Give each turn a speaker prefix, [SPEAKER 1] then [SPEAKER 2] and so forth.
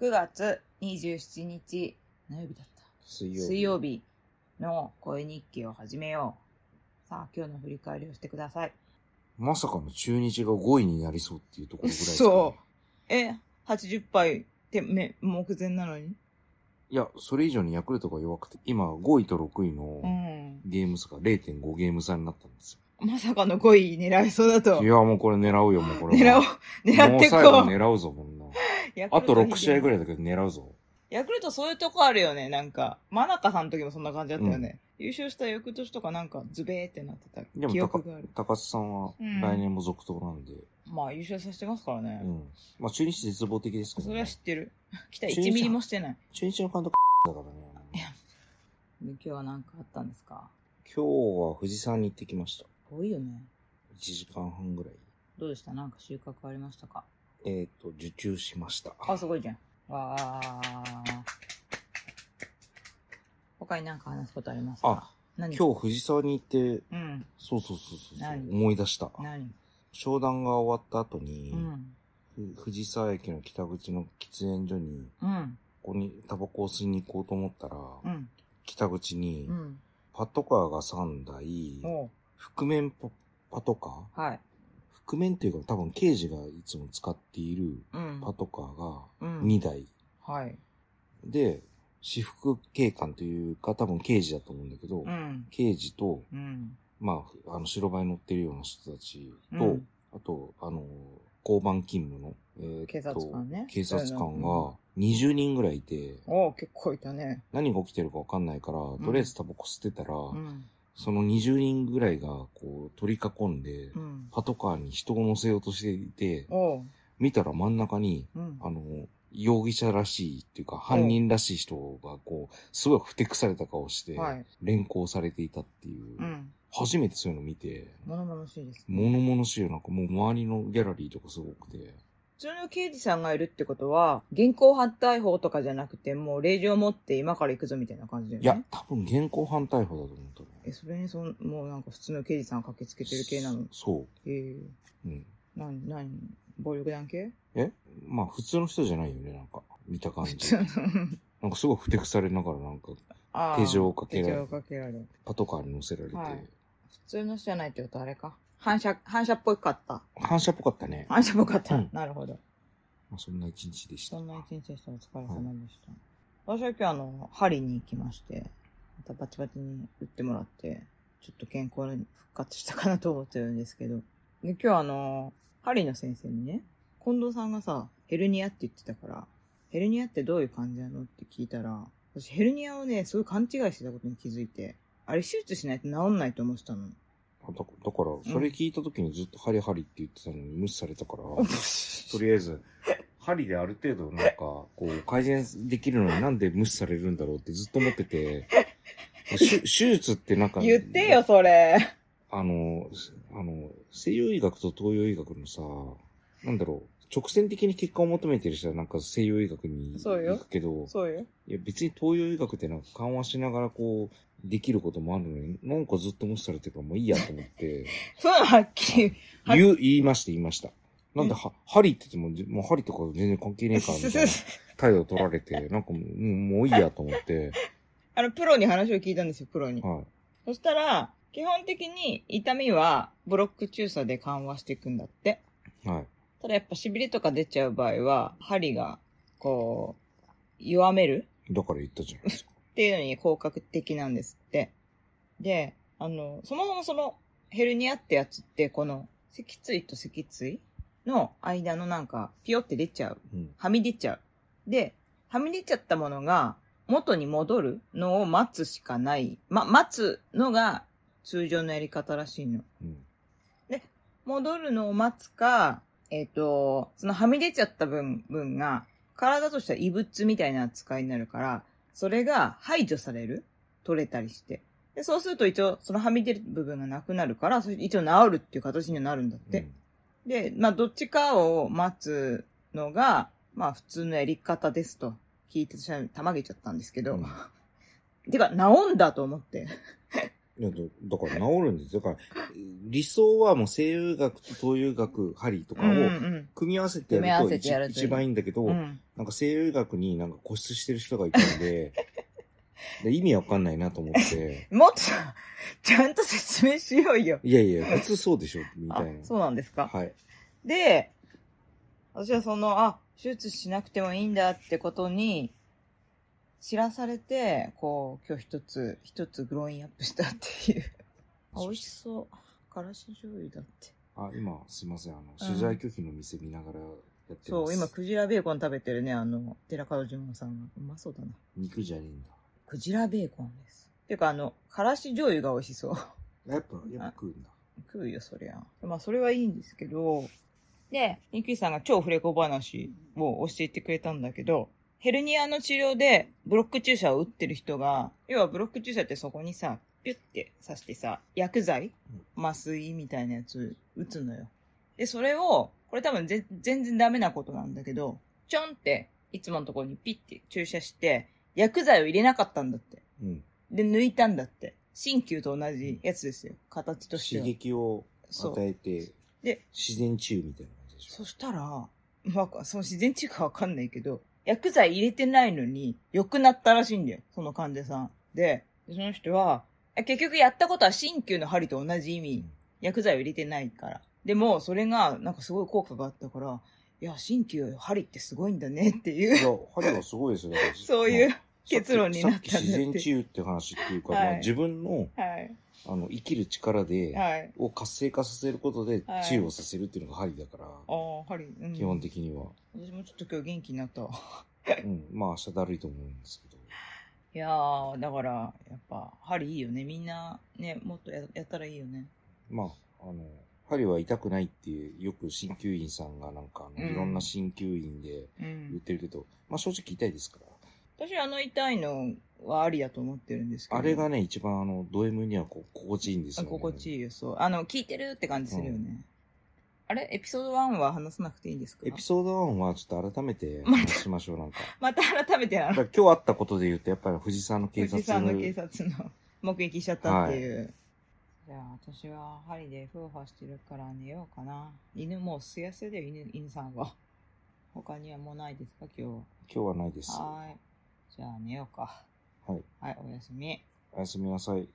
[SPEAKER 1] 9月27日、何曜日だった
[SPEAKER 2] 水曜日。
[SPEAKER 1] 水曜日の声日記を始めよう。さあ、今日の振り返りをしてください。
[SPEAKER 2] まさかの中日が5位になりそうっていうところぐらいですかね、
[SPEAKER 1] 嘘え、80杯ってめ目前なのに
[SPEAKER 2] いや、それ以上にヤクルトが弱くて、今5位と6位
[SPEAKER 1] う
[SPEAKER 2] の
[SPEAKER 1] ん。
[SPEAKER 2] ゲーム差が0.5ゲーム差になったんです
[SPEAKER 1] まさかの5位狙いそうだ
[SPEAKER 2] よ。
[SPEAKER 1] と
[SPEAKER 2] い。や、もうこれ狙うよ、もうこれ
[SPEAKER 1] 狙お
[SPEAKER 2] は。
[SPEAKER 1] う。狙
[SPEAKER 2] も
[SPEAKER 1] っ
[SPEAKER 2] う
[SPEAKER 1] てこ
[SPEAKER 2] 最後
[SPEAKER 1] う。
[SPEAKER 2] 狙うぞ、こ んな。
[SPEAKER 1] ヤク
[SPEAKER 2] あ
[SPEAKER 1] ルト
[SPEAKER 2] と6試合ぐ
[SPEAKER 1] い。
[SPEAKER 2] らいだけど狙うぞ。
[SPEAKER 1] ヤクルトそういうとこあるよね、なんか。真中さんの時もそんな感じだったよね。優勝した翌年とかなんかズベーってなって
[SPEAKER 2] で
[SPEAKER 1] た記
[SPEAKER 2] も高
[SPEAKER 1] 憶がある。
[SPEAKER 2] 高須さんは
[SPEAKER 1] うん
[SPEAKER 2] 来年も続投なんで、
[SPEAKER 1] まあ優勝させてますからね
[SPEAKER 2] う。ん。まあ中日絶望的ですけど、
[SPEAKER 1] それ
[SPEAKER 2] ね
[SPEAKER 1] は、知ってる。 来た
[SPEAKER 2] 中日
[SPEAKER 1] 1ミリもしてない。
[SPEAKER 2] 中日の監督だから
[SPEAKER 1] い
[SPEAKER 2] ね
[SPEAKER 1] や。今日は何かあったんですか
[SPEAKER 2] 今日は富士山に行ってきました。
[SPEAKER 1] 多いよね。
[SPEAKER 2] 1時間半ぐらい。
[SPEAKER 1] どうでしたなんか収穫ありましたか
[SPEAKER 2] えっ、と、受注しました。
[SPEAKER 1] あ、すごいじゃん。わー。他に何か話すことありますか
[SPEAKER 2] あ、
[SPEAKER 1] 何
[SPEAKER 2] 今日藤沢に行っ
[SPEAKER 1] 日。
[SPEAKER 2] て、
[SPEAKER 1] うん。
[SPEAKER 2] そうそうそうそうそう、
[SPEAKER 1] 何
[SPEAKER 2] 思い出した。
[SPEAKER 1] 何
[SPEAKER 2] 商談が終わった後に
[SPEAKER 1] う、ん。
[SPEAKER 2] ふ藤沢駅の北口の喫煙所に、
[SPEAKER 1] うん。
[SPEAKER 2] ここにタバコを吸いに行こうと思ったら、
[SPEAKER 1] うん。
[SPEAKER 2] 北口に
[SPEAKER 1] う、ん。
[SPEAKER 2] パトカーが3台、
[SPEAKER 1] おう
[SPEAKER 2] 覆面パパトカ
[SPEAKER 1] はい。
[SPEAKER 2] ー覆面というか多分刑事がいつも使っている
[SPEAKER 1] うん。
[SPEAKER 2] パトカーが
[SPEAKER 1] うん。
[SPEAKER 2] 2台。
[SPEAKER 1] はい。
[SPEAKER 2] で、私服警官というか多分刑事だと思うんだけど、
[SPEAKER 1] うん。
[SPEAKER 2] 刑事と、
[SPEAKER 1] うん。
[SPEAKER 2] まあ、あの、白バイ乗ってるような人たちと、
[SPEAKER 1] うん
[SPEAKER 2] あと、あの、交番勤務の、えーっと
[SPEAKER 1] 警察官ね
[SPEAKER 2] 警察
[SPEAKER 1] う
[SPEAKER 2] 官
[SPEAKER 1] んうんう
[SPEAKER 2] が20人ぐらいいて、
[SPEAKER 1] おう結構いたね。
[SPEAKER 2] 何が起きてるかわかんないから、
[SPEAKER 1] ん
[SPEAKER 2] とりあえずタバコ吸ってたら、
[SPEAKER 1] うん。
[SPEAKER 2] その20人ぐらいが、こう、取り囲んで、
[SPEAKER 1] うん。
[SPEAKER 2] パトカーに人を乗せようとしていて、
[SPEAKER 1] おう。
[SPEAKER 2] 見たら真ん中に、
[SPEAKER 1] うん。
[SPEAKER 2] あの、容疑者らしいっていうか、犯人らしい人が、こう、すごいふてくされた顔して、
[SPEAKER 1] はい。
[SPEAKER 2] 連行されていたっていう、
[SPEAKER 1] うん。
[SPEAKER 2] 初めてそういうの見て、
[SPEAKER 1] 物々しいです。
[SPEAKER 2] 物々しいよ。なんかもう周りのギャラリーとかすごくて。
[SPEAKER 1] 普通の刑事さんがいるってことは、現行犯逮捕とかじゃなくて、もう令状持って今から行くぞみたいな感じだよ
[SPEAKER 2] い
[SPEAKER 1] ね。
[SPEAKER 2] や、多分現行犯逮捕だと思ったの。
[SPEAKER 1] え、それにそん、もうなんか普通の刑事さんが駆けつけてる系なの。
[SPEAKER 2] そ
[SPEAKER 1] えー、
[SPEAKER 2] う。うん。
[SPEAKER 1] なに、なに、暴力団系
[SPEAKER 2] えまあ普通の人じゃないよね、なんか。見た感
[SPEAKER 1] 普
[SPEAKER 2] じ。
[SPEAKER 1] 通の。
[SPEAKER 2] なんかすごいふてくされながらなんか
[SPEAKER 1] あー
[SPEAKER 2] 手錠をかけられ
[SPEAKER 1] 手錠をかけられる。
[SPEAKER 2] パトカーに乗せられて、
[SPEAKER 1] はい普通の人じゃないってことはあれか。反射、反射っぽかった。
[SPEAKER 2] 反射っぽかったね。
[SPEAKER 1] 反射っぽかった。
[SPEAKER 2] うん
[SPEAKER 1] なるほど。
[SPEAKER 2] まあ、そんな一日でした。
[SPEAKER 1] そんな一日でした。お疲れ様でした。私は今日あの、針に行きまして、またバチバチに打ってもらって、ちょっと健康に復活したかなと思ってるんですけど。で、今日あの、針の先生にね、近藤さんがさ、ヘルニアって言ってたから、ヘルニアってどういう患者なのって聞いたら、私ヘルニアをね、すごい勘違いしてたことに気づいて、あれ手術しないと治んないと思ってたの。
[SPEAKER 2] あだだから、それ聞いた時にずっとハリハリって言ってたのに無視されたから、とりあえず、針である程度なんか、こう、改善できるのになんで無視されるんだろうってずっと思っ てて、しゅ手術ってなんか、
[SPEAKER 1] 言ってよ、それ。
[SPEAKER 2] あの、すあの、西洋医学と東洋医学のさ、なんだろう、直線的に結果を求めてる人はなんか西洋医学に
[SPEAKER 1] そうよ
[SPEAKER 2] 行くけど、
[SPEAKER 1] そうよ。
[SPEAKER 2] いや別に東洋医学ってなんか緩和しながらこう、できることもあるのに、なんかずっと無視されてるからもういいやと思って、
[SPEAKER 1] そういうのはっき りは
[SPEAKER 2] 言う、言いました、言いました。なんで、は、針って言っても、じもう針とか全然関係ねえから、みたいな態度取られて、なんかもう、うんもういいやと思って、
[SPEAKER 1] あの、プロに話を聞いたんですよ、プロに。
[SPEAKER 2] はい。
[SPEAKER 1] そしたら、基本的に痛みはブロック注射で緩和していくんだって。
[SPEAKER 2] はい。
[SPEAKER 1] ただやっぱ痺れとか出ちゃう場合は、針が、こう、弱める
[SPEAKER 2] だから言ったじゃないですか。
[SPEAKER 1] っていうのに効果的なんですって。で、あの、そもそもそのヘルニアってやつって、この脊椎と脊椎の間のなんか、ピヨって出ちゃう。
[SPEAKER 2] うん。
[SPEAKER 1] はみ出ちゃう。で、はみ出ちゃったものが元に戻るのを待つしかない。ま、待つのが通常のやり方らしいの。
[SPEAKER 2] うん。
[SPEAKER 1] 戻るのを待つか、えっ、と、そのはみ出ちゃった分、分が、体としては異物みたいな扱いになるから、それが排除される取れたりして。で、そうすると一応、そのはみ出る部分がなくなるから、それ一応治るっていう形にはなるんだって。で、まあ、どっちかを待つのが、まあ、普通のやり方ですと聞いて、私はたまげちゃったんですけ
[SPEAKER 2] う
[SPEAKER 1] ど。
[SPEAKER 2] ん。
[SPEAKER 1] てか、治んだと思って。
[SPEAKER 2] いやだだから治るんですよ。だから、理想はもう西洋医学と東洋医学、針とか
[SPEAKER 1] うんう
[SPEAKER 2] を
[SPEAKER 1] ん
[SPEAKER 2] 組み合わせてや
[SPEAKER 1] 組
[SPEAKER 2] ると
[SPEAKER 1] み合わせてやると
[SPEAKER 2] 一一番いいんだけど、
[SPEAKER 1] うんうん。
[SPEAKER 2] なんか西洋医学になんか固執してる人がいたんで、 で意味わかんないなと思って、
[SPEAKER 1] もっとさ、ちゃんと説明しようよ。
[SPEAKER 2] いやいや、普通そうでしょ、みた
[SPEAKER 1] あ
[SPEAKER 2] いな。
[SPEAKER 1] そうなんですか、
[SPEAKER 2] はい。
[SPEAKER 1] で、私はその、あ、手術しなくてもいいんだってことに、知らされて、こう、今日一つ、一つグロインアップしたっていう。あ、美味しそう。からし醤油だって。
[SPEAKER 2] あ、今、すいません、あの、取材拒否の店見ながらやってます。
[SPEAKER 1] そう、今、クジラベーコン食べてるね、あの、寺門ジモンさんが。うまそうだな。
[SPEAKER 2] 肉じゃねえんだ。
[SPEAKER 1] クジラベーコンです。てか、あの、からし醤油が美味しそう。
[SPEAKER 2] やっぱ、やっぱ食うんだ。
[SPEAKER 1] 食うよ、そりゃ。まあ、それはいいんですけど、で、ニッキーさんが超フレコ話を教えてくれたんだけど、ヘルニアの治療でブロック注射を打ってる人が、要はブロック注射ってそこにさ、ピュッて刺してさ、薬剤麻酔みたいなやつ打つのよ。で、それを、これ多分ぜ全然ダメなことなんだけど、ちょんって、いつものところにピッて注射して、薬剤を入れなかったんだって。
[SPEAKER 2] うん。
[SPEAKER 1] で、抜いたんだって。鍼灸と同じやつですよ。形として
[SPEAKER 2] 刺
[SPEAKER 1] は。
[SPEAKER 2] 激を
[SPEAKER 1] そう
[SPEAKER 2] 与えて、
[SPEAKER 1] で、
[SPEAKER 2] 自然治癒みたいな感じでしょ。
[SPEAKER 1] そしたら、まあ、その自然治癒かわかんないけど、薬剤入れてないのに良くなったらしいんだよ、その患者さん。で、でその人は、あ結局やったことは鍼灸の針と同じ意味、
[SPEAKER 2] うん
[SPEAKER 1] 薬剤を入れてないから。でも、それが、なんかすごい効果があったから、いや、鍼灸、針ってすごいんだねって
[SPEAKER 2] い
[SPEAKER 1] いう、
[SPEAKER 2] や、針はすごいですよ。だから
[SPEAKER 1] そうい
[SPEAKER 2] ま
[SPEAKER 1] う
[SPEAKER 2] あ
[SPEAKER 1] 結論になったんだって
[SPEAKER 2] さっき自然治癒って話っていうか、
[SPEAKER 1] はい
[SPEAKER 2] まあ自分の
[SPEAKER 1] はい、
[SPEAKER 2] あの生きる力で、
[SPEAKER 1] はい。
[SPEAKER 2] を活性化させることで
[SPEAKER 1] はい
[SPEAKER 2] 治癒をさせるっていうのが針だから、
[SPEAKER 1] ああ、針、うん。
[SPEAKER 2] 基本的には。
[SPEAKER 1] 私もちょっと今日元気にな ったわ。
[SPEAKER 2] うん。まあ明日だるいと思うんですけど。
[SPEAKER 1] いやー、だから、やっぱ、針いいよね。みんな、ね、もっとややったらいいよね。
[SPEAKER 2] まあ、あの、針は痛くないっていう、よく鍼灸院さんがなんかあの、
[SPEAKER 1] うん
[SPEAKER 2] いろんな鍼灸院で
[SPEAKER 1] うん
[SPEAKER 2] 言ってるけど、まあ正直痛いですから。
[SPEAKER 1] 私あの痛いのはありだと思ってるんですけど
[SPEAKER 2] あれがね、一番あの、ド M にはこう、心地いいんです
[SPEAKER 1] あ
[SPEAKER 2] よね。
[SPEAKER 1] 心地
[SPEAKER 2] いい。
[SPEAKER 1] いいよそうあの聞いてるって感じするよね、あれエピソード1は話さなくていいんですか
[SPEAKER 2] エピソード1はちょっと改めて話しましょう、なんか。
[SPEAKER 1] また改めてな
[SPEAKER 2] だか
[SPEAKER 1] の
[SPEAKER 2] ら今日あったことで言うと、やっぱり藤沢の警
[SPEAKER 1] 藤井
[SPEAKER 2] 察
[SPEAKER 1] さんの警察の目撃しちゃったっていう、じゃあ私は針でフーファしてるから寝ようかな犬もうすやすやだよ犬犬さんは他にはもうないですか今
[SPEAKER 2] 今日はないです
[SPEAKER 1] 日。はーいじゃあ寝ようか
[SPEAKER 2] はい
[SPEAKER 1] はいおやすみ
[SPEAKER 2] おやすみなさい。